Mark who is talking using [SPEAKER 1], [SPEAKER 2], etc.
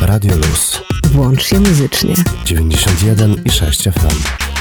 [SPEAKER 1] Radio Luz
[SPEAKER 2] Włącz się muzycznie.
[SPEAKER 1] 91 i 6 FM.